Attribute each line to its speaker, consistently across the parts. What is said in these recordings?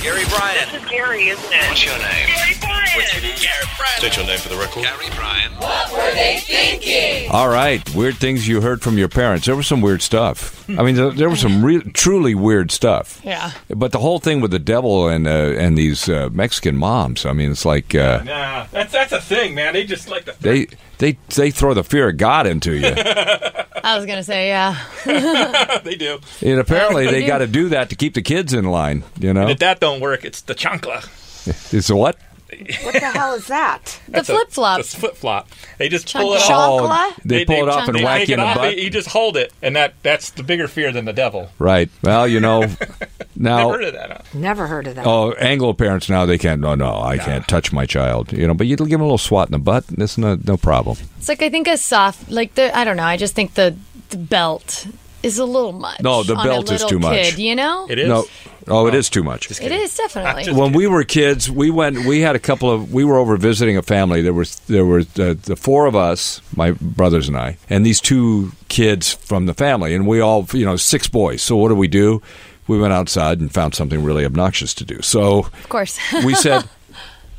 Speaker 1: Gary Bryan.
Speaker 2: This is Gary, isn't it?
Speaker 1: What's your name?
Speaker 2: Gary Bryan.
Speaker 1: What's your name? Gary Bryan.
Speaker 3: State your name for the record.
Speaker 1: Gary Bryan.
Speaker 4: All right, weird things you heard from your parents. There was some weird stuff. I mean, there, there was some real, truly weird stuff.
Speaker 5: Yeah.
Speaker 4: But the whole thing with the devil and uh, and these uh, Mexican moms. I mean, it's like uh,
Speaker 6: Nah, that's that's a thing, man. They just like to
Speaker 4: they they they throw the fear of God into you.
Speaker 5: I was gonna say yeah.
Speaker 6: they do.
Speaker 4: and apparently, they
Speaker 5: Yeah.
Speaker 4: got to do that to keep the kids in line. You know,
Speaker 6: If that don't work, it's the chancla.
Speaker 4: it's a what?
Speaker 7: What the hell is that?
Speaker 5: The flip flop.
Speaker 6: It's flip flop. They just pull it
Speaker 5: Chancla.
Speaker 6: off.
Speaker 4: Oh, they pull it off and
Speaker 6: they
Speaker 4: whack
Speaker 6: take
Speaker 4: you in
Speaker 6: it
Speaker 4: the
Speaker 6: off,
Speaker 4: butt.
Speaker 6: they- You just hold it, and that that's the bigger fear than the devil.
Speaker 4: Right. Well, you know,
Speaker 6: I've
Speaker 4: now
Speaker 6: heard of that. huh?
Speaker 7: Never heard of that.
Speaker 4: Oh, Anglo parents now they can't. "Oh, No, no, I can't touch my child. You know, but you give them a little swat in the butt. And it's no, no problem.
Speaker 5: It's like I think a soft like the I don't know. I just think the, the belt is a little much.
Speaker 4: No, the
Speaker 5: on a
Speaker 4: belt is
Speaker 5: little
Speaker 4: too much.
Speaker 5: Kid, you know,
Speaker 6: It is.
Speaker 4: No, oh, it is too much.
Speaker 5: it is definitely.
Speaker 4: When we were kids, we went. We had a couple of. We were over visiting a family. There was there were uh, the four of us, my brothers and I, and these two kids from the family, and we all, you know, six boys. So what do we do? We went outside and found something really obnoxious to do. So
Speaker 5: of course.
Speaker 4: we said,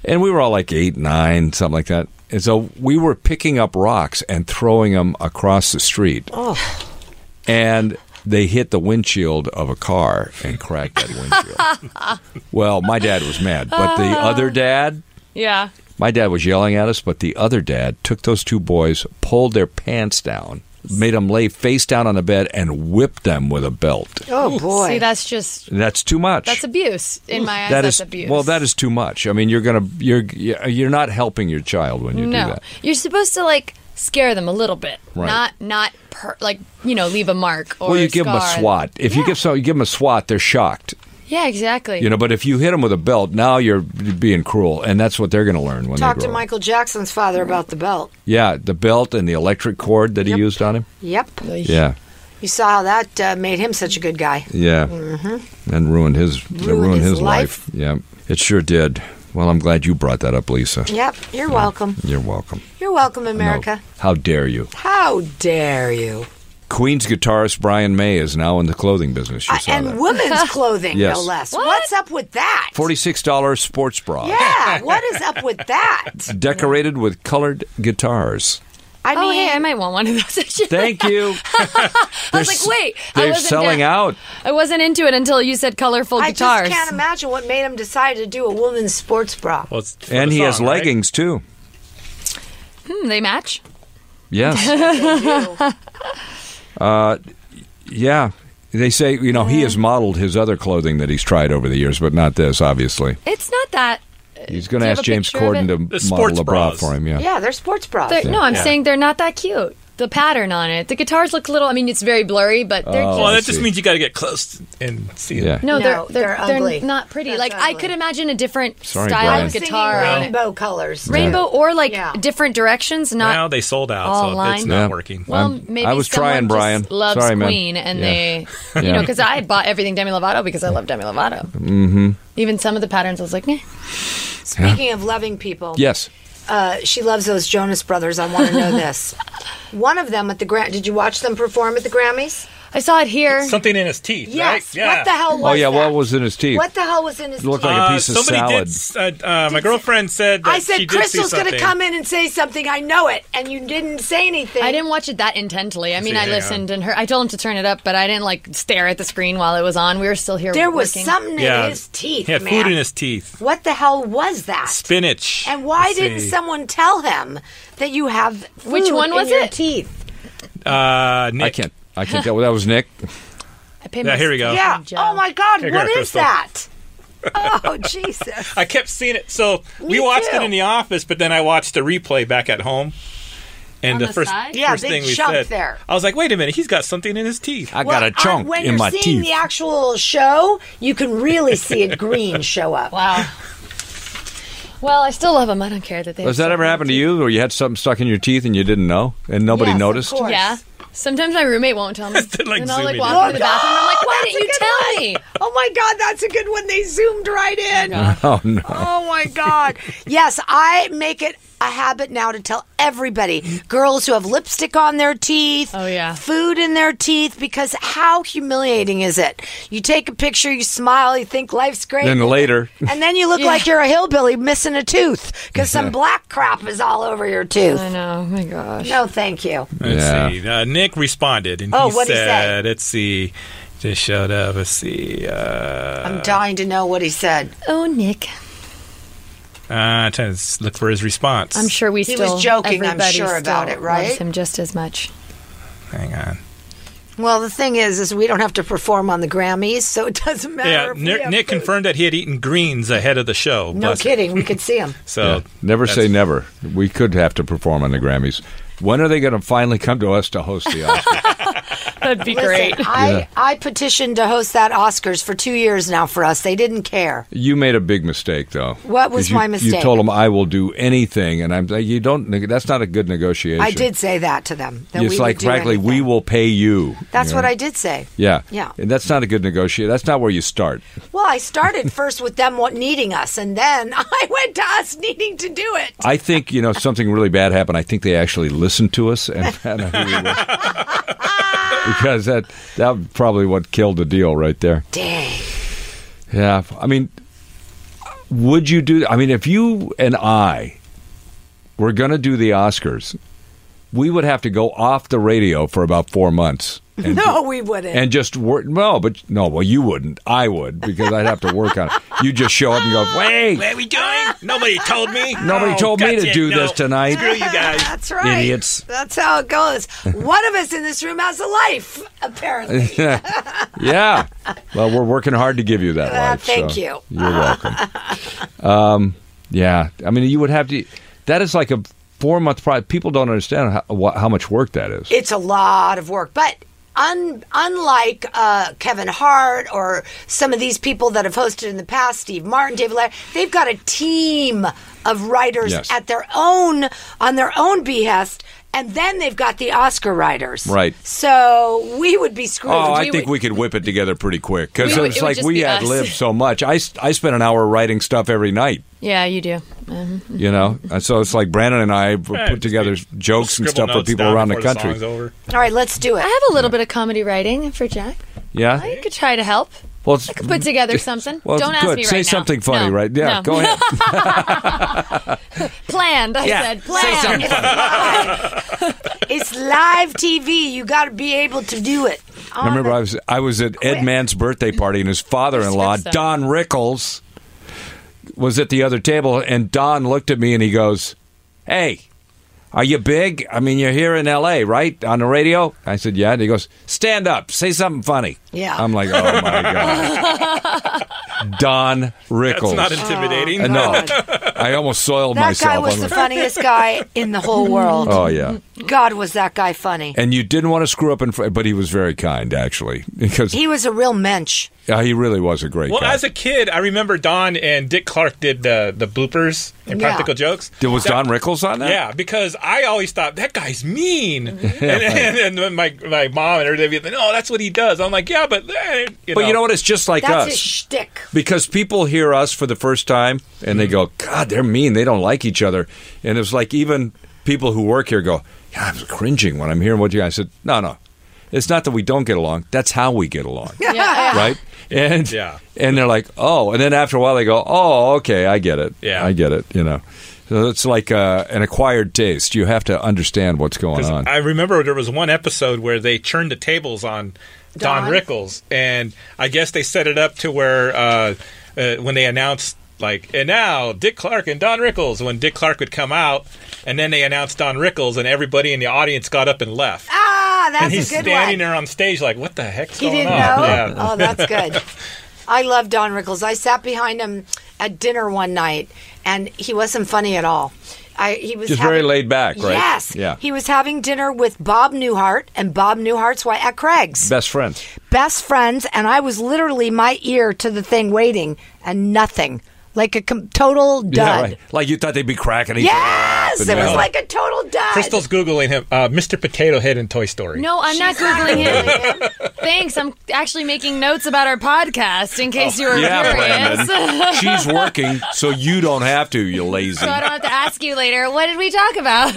Speaker 4: and we were all like eight, nine, something like that. And so we were picking up rocks and throwing them across the street. And they hit the windshield of a car and cracked that windshield. well, my dad was mad, but the other dad,
Speaker 5: yeah.
Speaker 4: my dad was yelling at us, but the other dad took those two boys, pulled their pants down, made them lay face down on the bed, and whipped them with a belt.
Speaker 7: Oh boy.
Speaker 5: See, that's just
Speaker 4: That's too much.
Speaker 5: that's abuse in my eyes.
Speaker 4: That
Speaker 5: that's
Speaker 4: is
Speaker 5: abuse.
Speaker 4: well. That is too much. I mean, you're gonna you're you're not helping your child when you
Speaker 5: no.
Speaker 4: do that.
Speaker 5: You're supposed to like scare them a little bit,
Speaker 4: Right.
Speaker 5: not not per, like you know leave a mark or
Speaker 4: Well, you
Speaker 5: a
Speaker 4: give them a
Speaker 5: scar.
Speaker 4: swat. If you
Speaker 5: Yeah.
Speaker 4: give so you give them a swat, they're shocked.
Speaker 5: Yeah, exactly.
Speaker 4: You know, but if you hit them with a belt, now you're being cruel, and that's what they're going to learn when
Speaker 7: Talk
Speaker 4: they
Speaker 7: to
Speaker 4: grow up.
Speaker 7: Michael Jackson's father about the belt.
Speaker 4: Yeah, the belt and the electric cord that he used on him.
Speaker 7: Yep.
Speaker 4: Yeah,
Speaker 7: You saw how that uh, made him such a good guy.
Speaker 4: yeah, and ruined his ruined,
Speaker 7: his
Speaker 4: life. Yeah, it sure did. Well, I'm glad you brought that up, Lisa.
Speaker 7: Yep. You're welcome.
Speaker 4: You're welcome.
Speaker 7: You're welcome,
Speaker 4: No.
Speaker 7: America.
Speaker 4: how dare you?
Speaker 7: How dare you?
Speaker 4: Queen's guitarist Brian May is now in the clothing business. You
Speaker 7: Uh,
Speaker 4: saw
Speaker 7: and
Speaker 4: that.
Speaker 7: women's clothing,
Speaker 4: Yes.
Speaker 7: no less.
Speaker 5: What?
Speaker 7: What's up with that?
Speaker 4: Forty-six dollars sports bra,
Speaker 7: Yeah. What is up with that?
Speaker 4: decorated with colored guitars.
Speaker 7: I mean,
Speaker 5: oh, hey, I might want one of those. actually.
Speaker 4: Thank you.
Speaker 5: I was like, wait, I
Speaker 4: they're
Speaker 5: wasn't
Speaker 4: selling
Speaker 5: down-
Speaker 4: out.
Speaker 5: I wasn't into it until you said colorful
Speaker 7: I
Speaker 5: guitars.
Speaker 7: just can't imagine what made him decide to do a woman's sports bra.
Speaker 6: Well, it's for
Speaker 4: and
Speaker 6: the
Speaker 4: he has
Speaker 6: song, right?
Speaker 4: leggings too.
Speaker 5: Hmm, they match.
Speaker 4: Yes. uh, yeah. They say you know he has modeled his other clothing that he's tried over the years, but not this. Obviously,
Speaker 5: It's not that.
Speaker 4: he's going
Speaker 5: Uh, Do
Speaker 4: to
Speaker 5: you
Speaker 4: ask
Speaker 5: have a
Speaker 4: James
Speaker 5: picture of
Speaker 4: Corden
Speaker 5: it?
Speaker 4: to
Speaker 6: The
Speaker 4: model
Speaker 6: sports
Speaker 4: a bra
Speaker 6: bras.
Speaker 4: for him. Yeah.
Speaker 7: Yeah, they're sports bras.
Speaker 5: They're- No, I'm
Speaker 6: Yeah.
Speaker 5: saying they're not that cute. The pattern on it. The guitars look little. I mean, it's very blurry, but they're
Speaker 4: Oh.
Speaker 5: just.
Speaker 6: Well, that
Speaker 4: Let's
Speaker 6: just
Speaker 4: see.
Speaker 6: means you got to get close and see it.
Speaker 4: Yeah.
Speaker 5: No,
Speaker 7: No,
Speaker 5: they're, they're
Speaker 7: they're ugly.
Speaker 5: not pretty.
Speaker 7: That's
Speaker 5: like I
Speaker 7: ugly.
Speaker 5: could imagine a different
Speaker 4: Sorry,
Speaker 5: style
Speaker 4: Brian.
Speaker 5: of
Speaker 7: Singing
Speaker 5: guitar, on it.
Speaker 7: rainbow colors.
Speaker 5: rainbow, or like
Speaker 7: Yeah.
Speaker 5: different directions. Not
Speaker 6: Now they sold out,
Speaker 5: All
Speaker 6: so it's
Speaker 5: lined.
Speaker 6: not
Speaker 4: Yeah.
Speaker 6: working.
Speaker 5: well,
Speaker 4: I'm-
Speaker 5: maybe
Speaker 4: I was
Speaker 5: someone
Speaker 4: trying,
Speaker 5: just
Speaker 4: Brian.
Speaker 5: Loves
Speaker 4: Sorry, man.
Speaker 5: Queen, and
Speaker 4: Yeah.
Speaker 5: they,
Speaker 4: Yeah.
Speaker 5: you know, because I bought everything Demi Lovato because I love Demi Lovato. Mm-hmm. Even some of the patterns, I was like, eh.
Speaker 7: Speaking of loving people,
Speaker 4: Yes.
Speaker 7: uh, she loves those Jonas Brothers. I want to know this. One of them at the Gram. Did you watch them perform at the Grammys?
Speaker 5: I saw it here.
Speaker 6: Something in his teeth.
Speaker 7: Yes.
Speaker 6: Right? Yeah.
Speaker 7: What the hell was
Speaker 4: oh yeah.
Speaker 7: that?
Speaker 4: What was in his teeth?
Speaker 7: What the hell was in his
Speaker 4: It looked
Speaker 7: teeth?
Speaker 4: like a
Speaker 6: Uh,
Speaker 4: piece of
Speaker 6: somebody
Speaker 4: salad.
Speaker 6: did. Uh, uh, my girlfriend said. That
Speaker 7: I said
Speaker 6: she Uh, did see
Speaker 7: Crystal's going to
Speaker 6: something.
Speaker 7: come in and say something. I know it, and you didn't say anything.
Speaker 5: I didn't watch it that intently. I mean,
Speaker 6: See,
Speaker 5: I
Speaker 6: hang
Speaker 5: listened and heard. I told him to turn it up, but I didn't like stare at the screen while it was on. We were still here.
Speaker 7: There was
Speaker 5: working.
Speaker 7: something
Speaker 6: Yeah.
Speaker 7: in his teeth,
Speaker 6: He had
Speaker 7: man.
Speaker 6: food in his teeth.
Speaker 7: what the hell was that?
Speaker 6: Spinach.
Speaker 7: and why
Speaker 6: Let's
Speaker 7: didn't
Speaker 6: see.
Speaker 7: someone tell him that you have food
Speaker 5: Which one was
Speaker 7: in your
Speaker 5: it?
Speaker 7: teeth?
Speaker 6: Uh, Nick.
Speaker 4: I can't. I can't tell. That was Nick.
Speaker 5: I paid
Speaker 6: Yeah,
Speaker 5: my
Speaker 6: here we go.
Speaker 7: Yeah.
Speaker 5: Joe.
Speaker 7: Oh my God!
Speaker 6: Here you go,
Speaker 7: what is
Speaker 6: Crystal.
Speaker 7: that? Oh Jesus!
Speaker 6: I kept seeing it. So we
Speaker 7: Me
Speaker 6: watched
Speaker 7: too.
Speaker 6: it in the office, but then I watched the replay back at home. And
Speaker 5: On
Speaker 6: the,
Speaker 5: the
Speaker 6: first,
Speaker 5: side?
Speaker 7: Yeah,
Speaker 6: first
Speaker 7: big
Speaker 6: thing we
Speaker 7: chunk
Speaker 6: said,
Speaker 7: there.
Speaker 6: I was like, "Wait a minute, he's got something in his teeth."
Speaker 4: I got
Speaker 7: Well,
Speaker 4: a chunk
Speaker 7: on- when
Speaker 4: in
Speaker 7: you're
Speaker 4: my
Speaker 7: seeing
Speaker 4: teeth.
Speaker 7: the actual show, you can really see it green show up.
Speaker 5: Wow. Well, I still love them. I
Speaker 4: Oh,
Speaker 5: don't care that they.
Speaker 4: Has that ever happened to you, where you had something stuck in your teeth and you didn't know, and nobody
Speaker 7: Yes, of
Speaker 4: noticed?
Speaker 7: course.
Speaker 5: Yeah. Sometimes my roommate won't tell me.
Speaker 6: They're like
Speaker 5: and I'll like
Speaker 6: zooming
Speaker 5: walk
Speaker 6: in.
Speaker 5: into the bathroom and I'm like, why didn't you tell me?
Speaker 7: Oh my God, that's a good one. They zoomed right in.
Speaker 4: Oh no.
Speaker 7: Oh my God. yes, I make it a habit now to tell everybody girls who have lipstick on their teeth,
Speaker 5: Oh, yeah.
Speaker 7: food in their teeth, because how humiliating is it? You take a picture, you smile, you think life's great.
Speaker 4: Then later,
Speaker 7: and then you look like you're a hillbilly missing a tooth because some black crap is all over your tooth.
Speaker 5: I know. Oh my gosh.
Speaker 7: No, thank you.
Speaker 6: Let's
Speaker 4: Yeah.
Speaker 6: see. Uh, Nick responded, and
Speaker 7: Oh,
Speaker 6: he
Speaker 7: what'd he say?
Speaker 6: said, "Let's see." Just showed up. Let's see. Uh,
Speaker 7: I'm dying to know what he said.
Speaker 5: Oh, Nick.
Speaker 6: uh, trying to s- look for his response.
Speaker 5: I'm sure we
Speaker 7: He was
Speaker 5: still.
Speaker 7: joking, I'm
Speaker 5: everybody
Speaker 7: sure,
Speaker 5: still
Speaker 7: about it, right?
Speaker 5: Loves him just as much.
Speaker 6: Hang on.
Speaker 7: Well, the thing is, is we don't have to perform on the Grammys, so it doesn't matter.
Speaker 6: Yeah,
Speaker 7: if we
Speaker 6: Nick,
Speaker 7: have
Speaker 6: Nick
Speaker 7: food.
Speaker 6: confirmed that he had eaten greens ahead of the show.
Speaker 7: No
Speaker 6: Bless him.
Speaker 7: kidding, we could see him.
Speaker 6: So
Speaker 4: Yeah. never
Speaker 6: that's-
Speaker 4: say never. We could have to perform on the Grammys. When are they going to finally come to us to host the Oscars?
Speaker 5: That'd be
Speaker 7: Listen,
Speaker 5: great.
Speaker 7: I,
Speaker 4: Yeah.
Speaker 7: I petitioned to host that Oscars for two years now for us. They didn't care.
Speaker 4: you made a big mistake, though.
Speaker 7: What was
Speaker 4: 'Cause you,
Speaker 7: my
Speaker 4: You
Speaker 7: mistake?
Speaker 4: told them I will do anything, and I'm like, you don't. neg- That's not a good negotiation.
Speaker 7: I did say that to them. That we
Speaker 4: It's
Speaker 7: would
Speaker 4: like,
Speaker 7: do
Speaker 4: frankly, we
Speaker 7: anything.
Speaker 4: will pay you.
Speaker 7: That's
Speaker 4: you know?
Speaker 7: what I did say.
Speaker 4: Yeah.
Speaker 7: Yeah.
Speaker 4: And that's not a good negotiation. That's not where you start.
Speaker 7: Well, I started first with them wa- needing us, and then I went to us needing to do it.
Speaker 4: I think, you know, something really bad happened. I think they actually listened to us and found out who we were. because that that was probably what killed the deal right there.
Speaker 7: Dang.
Speaker 4: Yeah. I mean, would you do I mean, if you and I were going to do the Oscars, we would have to go off the radio for about 4 months. And
Speaker 7: No, we wouldn't.
Speaker 4: and just work. No, but no, well, you wouldn't. I would because I'd have to work on it. You just show up and go, wait,
Speaker 6: Where are we going? Nobody told me.
Speaker 4: nobody
Speaker 6: Oh,
Speaker 4: told me
Speaker 6: guts
Speaker 4: to
Speaker 6: it,
Speaker 4: do
Speaker 6: no.
Speaker 4: this tonight.
Speaker 6: Screw you guys.
Speaker 7: That's right.
Speaker 4: Idiots.
Speaker 7: That's how it goes. One of us in this room has a life, apparently.
Speaker 4: yeah. Well, we're working hard to give you that
Speaker 7: Ah,
Speaker 4: life.
Speaker 7: thank
Speaker 4: so
Speaker 7: you.
Speaker 4: You're welcome. um, yeah. I mean, you would have to. That is like a four month project. People don't understand how, wha- how much work that is.
Speaker 7: It's a lot of work, but un, unlike uh, Kevin Hart or some of these people that have hosted in the past, Steve Martin, David Latter, they've got a team of writers
Speaker 4: Yes.
Speaker 7: at their own on their own behest, and then they've got the Oscar writers.
Speaker 4: Right.
Speaker 7: So we would be screwed.
Speaker 4: Oh, I
Speaker 5: we
Speaker 4: think
Speaker 5: would-
Speaker 4: we could whip it together pretty quick because
Speaker 5: We would-
Speaker 4: it's
Speaker 5: it would
Speaker 4: like
Speaker 5: just
Speaker 4: we
Speaker 5: be
Speaker 4: had
Speaker 5: us.
Speaker 4: lived so much. I, s- I spent an hour writing stuff every night.
Speaker 5: yeah, you do. Mhm.
Speaker 4: You know, and so it's like Brandon and I
Speaker 6: Yeah,
Speaker 4: put
Speaker 6: just
Speaker 4: together
Speaker 6: be-
Speaker 4: jokes and
Speaker 6: scribble
Speaker 4: stuff for
Speaker 6: notes
Speaker 4: people
Speaker 6: down
Speaker 4: around the
Speaker 6: before
Speaker 4: country.
Speaker 6: song's over.
Speaker 7: All right, let's do it.
Speaker 5: I have a little bit of comedy writing for Jack. I
Speaker 4: Yeah.
Speaker 5: could try to help.
Speaker 4: Well, it's-
Speaker 5: I could put together something.
Speaker 4: Mm. Well,
Speaker 5: Don't ask
Speaker 4: good.
Speaker 5: me right
Speaker 4: Say
Speaker 5: now.
Speaker 4: something funny,
Speaker 5: No.
Speaker 4: right? Yeah,
Speaker 5: No.
Speaker 4: go ahead.
Speaker 5: Planned. I
Speaker 4: Yeah.
Speaker 5: said
Speaker 4: Say
Speaker 5: planned.
Speaker 7: It's live TV. You got to be able to do it.
Speaker 4: I remember I was I was at Ed Mann's birthday party, and his father-in-law
Speaker 5: That's good stuff.
Speaker 4: Don Rickles was at the other table, and Don looked at me and he goes, "Hey, are you big? I mean, you're here in L.A., right? On the radio?" I said, "Yeah." And he goes, "Stand up, say something funny."
Speaker 7: Yeah.
Speaker 4: I'm like, "Oh my god." Don
Speaker 6: That's
Speaker 4: Rickles.
Speaker 6: not intimidating.
Speaker 4: Uh, no,
Speaker 7: God.
Speaker 4: I almost soiled
Speaker 7: that
Speaker 4: myself.
Speaker 7: guy was
Speaker 4: I'm
Speaker 7: the
Speaker 4: like,
Speaker 7: funniest guy in the whole world.
Speaker 4: oh yeah,
Speaker 7: God, was that guy funny?
Speaker 4: and you didn't want to screw up in front, but he was very kind actually because
Speaker 7: He was a real mensch.
Speaker 4: uh, he really was a great
Speaker 6: Well,
Speaker 4: guy.
Speaker 6: as a kid, I remember Don and Dick Clark did the the bloopers and
Speaker 7: Yeah.
Speaker 6: practical jokes.
Speaker 4: There was Don Rickles on that? Mm-hmm.
Speaker 6: Yeah, because I always thought that guy's mean, and, and, and when my my mom and everybody, would be like, no, that's what he does. I'm like, yeah, but eh, you
Speaker 4: But
Speaker 6: know,
Speaker 4: you know what? It's just like
Speaker 7: That's
Speaker 4: us.
Speaker 7: his shtick.
Speaker 4: because people hear us for the first time and they go, God, they're mean. They don't like each other. And it's like even people who work here go, yeah, I'm cringing when I'm hearing what you guys said. No, no. It's not that we don't get along. That's how we get along.
Speaker 5: Yeah.
Speaker 4: Right? And
Speaker 6: Yeah.
Speaker 4: and they're like, oh. And then after a while they go, oh, okay, I get it.
Speaker 6: Yeah.
Speaker 4: I get it, you know. So it's like uh, an acquired taste. You have to understand what's going
Speaker 6: 'Cause
Speaker 4: on.
Speaker 6: I remember there was one episode where they turned the tables on Don,
Speaker 7: Don?
Speaker 6: Rickles, and I guess they set it up to where uh, uh, when they announced like, and now Dick Clark and Don Rickles, when Dick Clark would come out, and then they announced Don Rickles, and everybody in the audience got up and left.
Speaker 7: Ah, that's
Speaker 6: and he's
Speaker 7: a good
Speaker 6: standing
Speaker 7: one.
Speaker 6: there on stage like, what the heck's
Speaker 7: He
Speaker 6: going
Speaker 7: didn't
Speaker 6: on?
Speaker 7: know.
Speaker 6: Yeah.
Speaker 7: Oh, that's good. I love Don Rickles. I sat behind him at dinner one night, and he wasn't funny at all. I he was
Speaker 4: Just
Speaker 7: having-
Speaker 4: very laid back, right?
Speaker 7: Yes.
Speaker 4: Yeah.
Speaker 7: He was having dinner with Bob Newhart and Bob Newhart's wife at Craig's.
Speaker 4: Best friends.
Speaker 7: best friends, and I was literally my ear to the thing waiting, and nothing. like a com- total dud.
Speaker 4: Yeah, right. Like you thought they'd be cracking each
Speaker 7: Yes,
Speaker 4: other.
Speaker 7: it
Speaker 4: up and-
Speaker 7: was like a total dud.
Speaker 6: Crystal's googling him, uh, Mr. Potato Head in Toy Story.
Speaker 5: No, I'm not googling him. Thanks. I'm actually making notes about our podcast in case you were
Speaker 4: Oh, Yeah,
Speaker 5: curious.
Speaker 4: Brandon. She's working, so you don't have to, you lazy.
Speaker 5: so I don't have to ask you later. What did we talk about?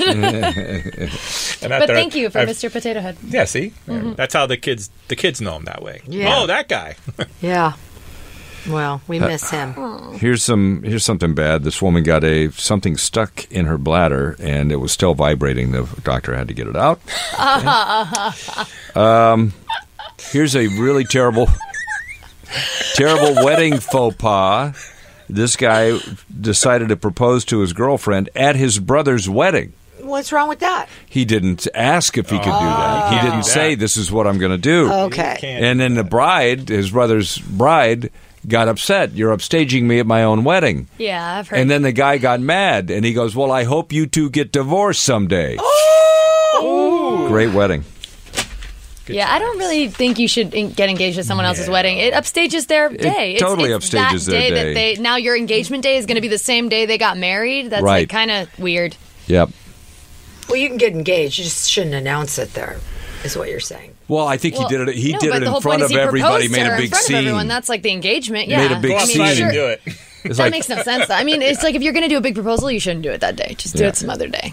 Speaker 6: And I
Speaker 5: but
Speaker 6: thought-
Speaker 5: thank you for
Speaker 6: I've-
Speaker 5: Mr. Potato Head.
Speaker 6: Yeah, see, that's how the kids the kids know him that way.
Speaker 7: Mm-hmm. Yeah.
Speaker 6: Oh, that guy.
Speaker 7: yeah. Well, we
Speaker 4: Uh,
Speaker 7: miss him.
Speaker 4: Here's some here's something bad. This woman got a something stuck in her bladder and it was still vibrating. The doctor had to get it out. um, here's a really terrible terrible wedding faux pas. This guy decided to propose to his girlfriend at his brother's wedding.
Speaker 7: What's wrong with that?
Speaker 4: He didn't ask if he could do that. He didn't say this is what I'm going to do.
Speaker 7: Okay.
Speaker 4: And uh, then the bride, his brother's bride, got upset. You're upstaging me at my own wedding.
Speaker 5: Yeah, I've heard.
Speaker 4: And then the guy got mad and he goes, Well, I hope you two get divorced someday.
Speaker 5: Oh!
Speaker 4: Great wedding.
Speaker 5: yeah, I don't really think you should en- get engaged at someone else's wedding. It upstages their day.
Speaker 4: totally
Speaker 5: it's, it's
Speaker 4: upstages
Speaker 5: that
Speaker 4: their
Speaker 5: day,
Speaker 4: day.
Speaker 5: That they now your engagement day is going to be the same day they got married. That's
Speaker 4: Right.
Speaker 5: like kind of weird.
Speaker 4: Yep.
Speaker 7: Well, you can get engaged. You just shouldn't announce it there, is what you're saying.
Speaker 4: Well, I think
Speaker 5: Well,
Speaker 4: he did it. He
Speaker 5: no,
Speaker 4: did
Speaker 5: but
Speaker 4: it
Speaker 5: the
Speaker 4: in
Speaker 5: whole
Speaker 4: front
Speaker 5: point is
Speaker 4: of
Speaker 5: he
Speaker 4: everybody,
Speaker 5: proposed
Speaker 4: made
Speaker 5: to her
Speaker 4: a
Speaker 5: in
Speaker 4: big
Speaker 5: front of
Speaker 4: scene.
Speaker 5: everyone. That's like the engagement.
Speaker 4: Made
Speaker 5: Yeah,
Speaker 4: a big
Speaker 6: Go
Speaker 5: I
Speaker 4: scene.
Speaker 5: mean,
Speaker 6: outside
Speaker 5: sure,
Speaker 6: and do it.
Speaker 4: It's
Speaker 5: That
Speaker 4: like,
Speaker 5: makes no sense. I mean, it's like if you're going to do a big proposal, you shouldn't do it that day. Just do
Speaker 4: Yeah.
Speaker 5: it some other day.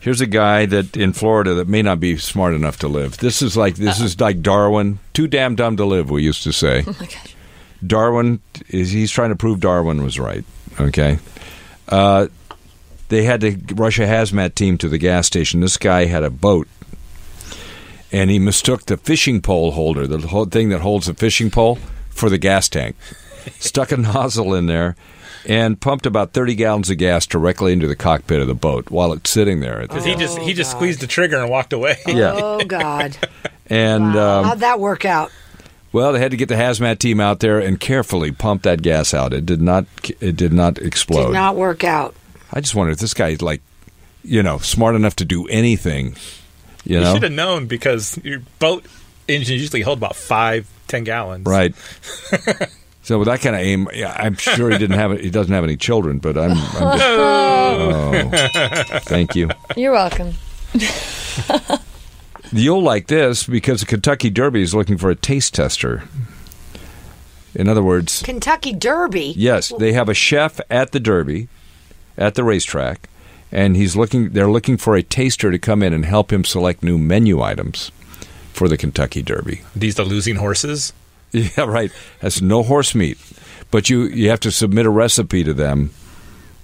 Speaker 4: here's a guy that in Florida that may not be smart enough to live. This is like this is like Darwin, too damn dumb to live. We used to say.
Speaker 5: Oh my gosh.
Speaker 4: Darwin is he's trying to prove Darwin was right. Okay, uh, they had to rush a hazmat team to the gas station. This guy had a boat, and he mistook the fishing pole holder, the whole thing that holds the fishing pole, for the gas tank. Stuck a nozzle in there. And pumped about thirty gallons of gas directly into the cockpit of the boat while it's sitting there. At the,
Speaker 6: He just he just squeezed the trigger and walked away.
Speaker 4: yeah,
Speaker 7: Oh, God.
Speaker 4: and um,
Speaker 7: How'd that work out?
Speaker 4: Well, they had to get the hazmat team out there and carefully pump that gas out. It did not. It did not explode.
Speaker 7: Did not work out.
Speaker 4: I just wonder if this guy is like, you know, smart enough to do anything. You
Speaker 6: You
Speaker 4: know,
Speaker 6: should have known because your boat engines usually hold about five, ten gallons.
Speaker 4: right? so with that kind of aim, yeah, I'm sure he didn't have. He doesn't have any children, but I'm. I'm just, oh, thank you.
Speaker 5: You're welcome.
Speaker 4: You'll like this because the Kentucky Derby is looking for a taste tester. In other words,
Speaker 7: Kentucky Derby.
Speaker 4: Yes, they have a chef at the Derby, at the racetrack, and he's looking. They're looking for a taster to come in and help him select new menu items for the Kentucky Derby.
Speaker 6: These the losing horses.
Speaker 4: Yeah, right. That's no horse meat, but you you have to submit a recipe to them,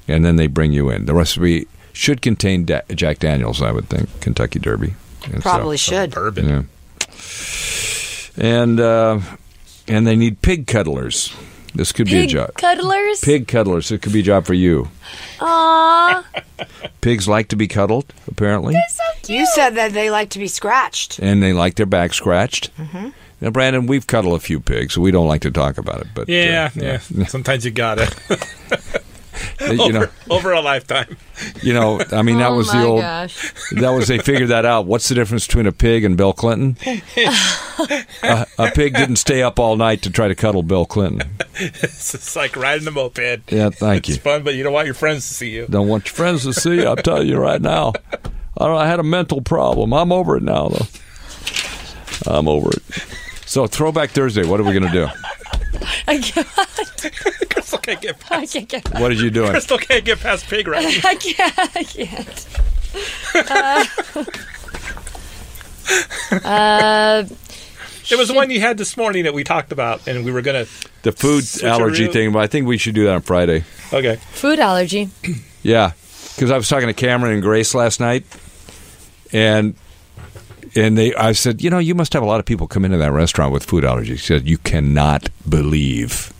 Speaker 4: and then they bring you in. The recipe should contain da- Jack Daniels, I would think, Kentucky Derby. And so- uh,
Speaker 7: Probably should.
Speaker 6: Bourbon.
Speaker 4: Yeah. And uh, and they need pig cuddlers. This could be a
Speaker 5: Pig
Speaker 4: job.
Speaker 5: cuddlers.
Speaker 4: Pig cuddlers. It could be a job for you.
Speaker 5: Aw,
Speaker 4: Pigs like to be cuddled, apparently,
Speaker 5: so cute.
Speaker 7: You said that they like to be scratched.
Speaker 4: and they like their back scratched. Mm-hmm. Now, Brandon, we've cuddled a few pigs, so we don't like to talk about it. But uh,
Speaker 6: Yeah, yeah. Sometimes you gotta
Speaker 4: you know,
Speaker 6: over, over a lifetime.
Speaker 4: you know. I mean, that
Speaker 5: oh
Speaker 4: was
Speaker 5: my
Speaker 4: the old.
Speaker 5: gosh.
Speaker 4: That was they figured that out. What's the difference between a pig and Bill Clinton? a, a pig didn't stay up all night to try to cuddle Bill Clinton.
Speaker 6: It's just like riding a moped.
Speaker 4: Yeah, thank you.
Speaker 6: It's fun, but you don't want your friends to see you.
Speaker 4: Don't want your friends to see. I'll tell you right now. I, don't- I had a mental problem. I'm over it now, though. I'm over it. So, Throwback Thursday. What are we gonna do?
Speaker 5: I can't,
Speaker 6: Crystal can't get past,
Speaker 5: I can't get.
Speaker 4: What are you doing?
Speaker 6: Crystal can't get past pig riding.
Speaker 5: I can't. I can't. Uh,
Speaker 6: There was one you had this morning that we talked about, and we were gonna.
Speaker 4: the food
Speaker 6: Switcheroo.
Speaker 4: allergy thing, but I think we should do that on Friday.
Speaker 6: Okay.
Speaker 5: food allergy.
Speaker 4: Yeah, because I was talking to Cameron and Grace last night, and and they, I said, you know, you must have a lot of people come into that restaurant with food allergies. She said, you cannot believe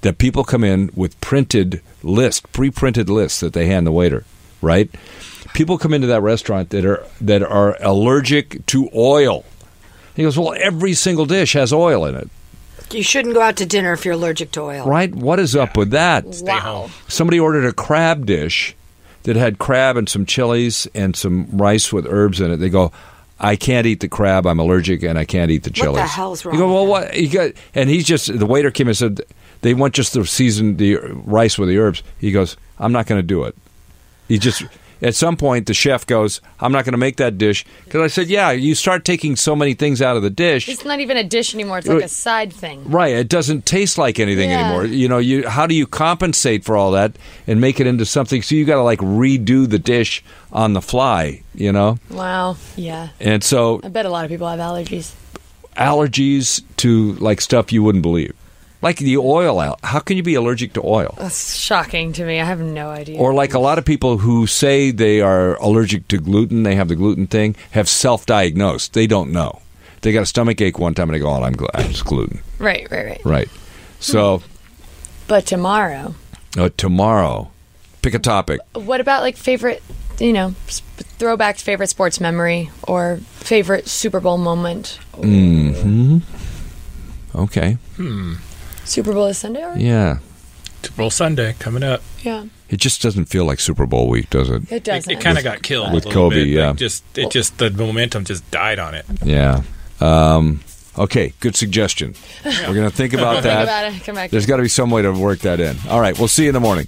Speaker 4: that people come in with printed list, pre-printed lists that they hand the waiter, right? People come into that restaurant that are that are allergic to oil. He goes, well, every single dish has oil in it,
Speaker 7: You shouldn't go out to dinner if you're allergic to oil.
Speaker 4: right? What is up with that?
Speaker 5: wow.
Speaker 6: home.
Speaker 4: somebody ordered a crab dish that had crab and some chilies and some rice with herbs in it. They go, I can't eat the crab. I'm allergic, and I can't eat the
Speaker 7: What the
Speaker 4: chilies.
Speaker 7: hell's
Speaker 4: You go,
Speaker 7: wrong
Speaker 4: well,
Speaker 7: with
Speaker 4: what? You got, and he's just the waiter came and said They want just to season the rice with the herbs. He goes, I'm not going to do it. He just at some point the chef goes, I'm not going to make that dish because I said, yeah, you start taking so many things out of the dish.
Speaker 5: It's not even a dish anymore. It's like a side thing.
Speaker 4: Right, it doesn't taste like anything
Speaker 5: Yeah.
Speaker 4: anymore. You know, you how do you compensate for all that and make it into something? So you got to like redo the dish on the fly, you know.
Speaker 5: Wow. Yeah.
Speaker 4: And so
Speaker 5: I bet a lot of people have allergies.
Speaker 4: allergies to like stuff you wouldn't believe, like the oil. al- How can you be allergic to oil?
Speaker 5: That's shocking to me. I have no idea.
Speaker 4: Or like a lot of people who say they are allergic to gluten, they have the gluten thing, have self-diagnosed. They don't know. They got a stomach ache one time and they go, "Oh, I'm, gl- I'm just gluten."
Speaker 5: right, right, right.
Speaker 4: Right. So
Speaker 5: But tomorrow,
Speaker 4: uh, tomorrow, pick a topic.
Speaker 5: what about like favorite, you know, sp- throwback to favorite sports memory or favorite Super Bowl moment?
Speaker 4: Okay.
Speaker 5: Super Bowl is Sunday, already?
Speaker 4: Yeah.
Speaker 6: Super Bowl Sunday coming up.
Speaker 5: Yeah.
Speaker 4: It just doesn't feel like Super Bowl week, does it?
Speaker 5: It
Speaker 6: It,
Speaker 5: doesn't.
Speaker 6: it kind of got killed
Speaker 4: With
Speaker 6: a little
Speaker 4: Kobe,
Speaker 6: bit.
Speaker 4: yeah.
Speaker 6: Like, just it just the momentum just died on it.
Speaker 4: Yeah. Um, okay, good suggestion. We're going to think about
Speaker 5: Think
Speaker 4: that.
Speaker 5: about it. Come back.
Speaker 4: There's got to be some way to work that in. All right, we'll see you in the morning.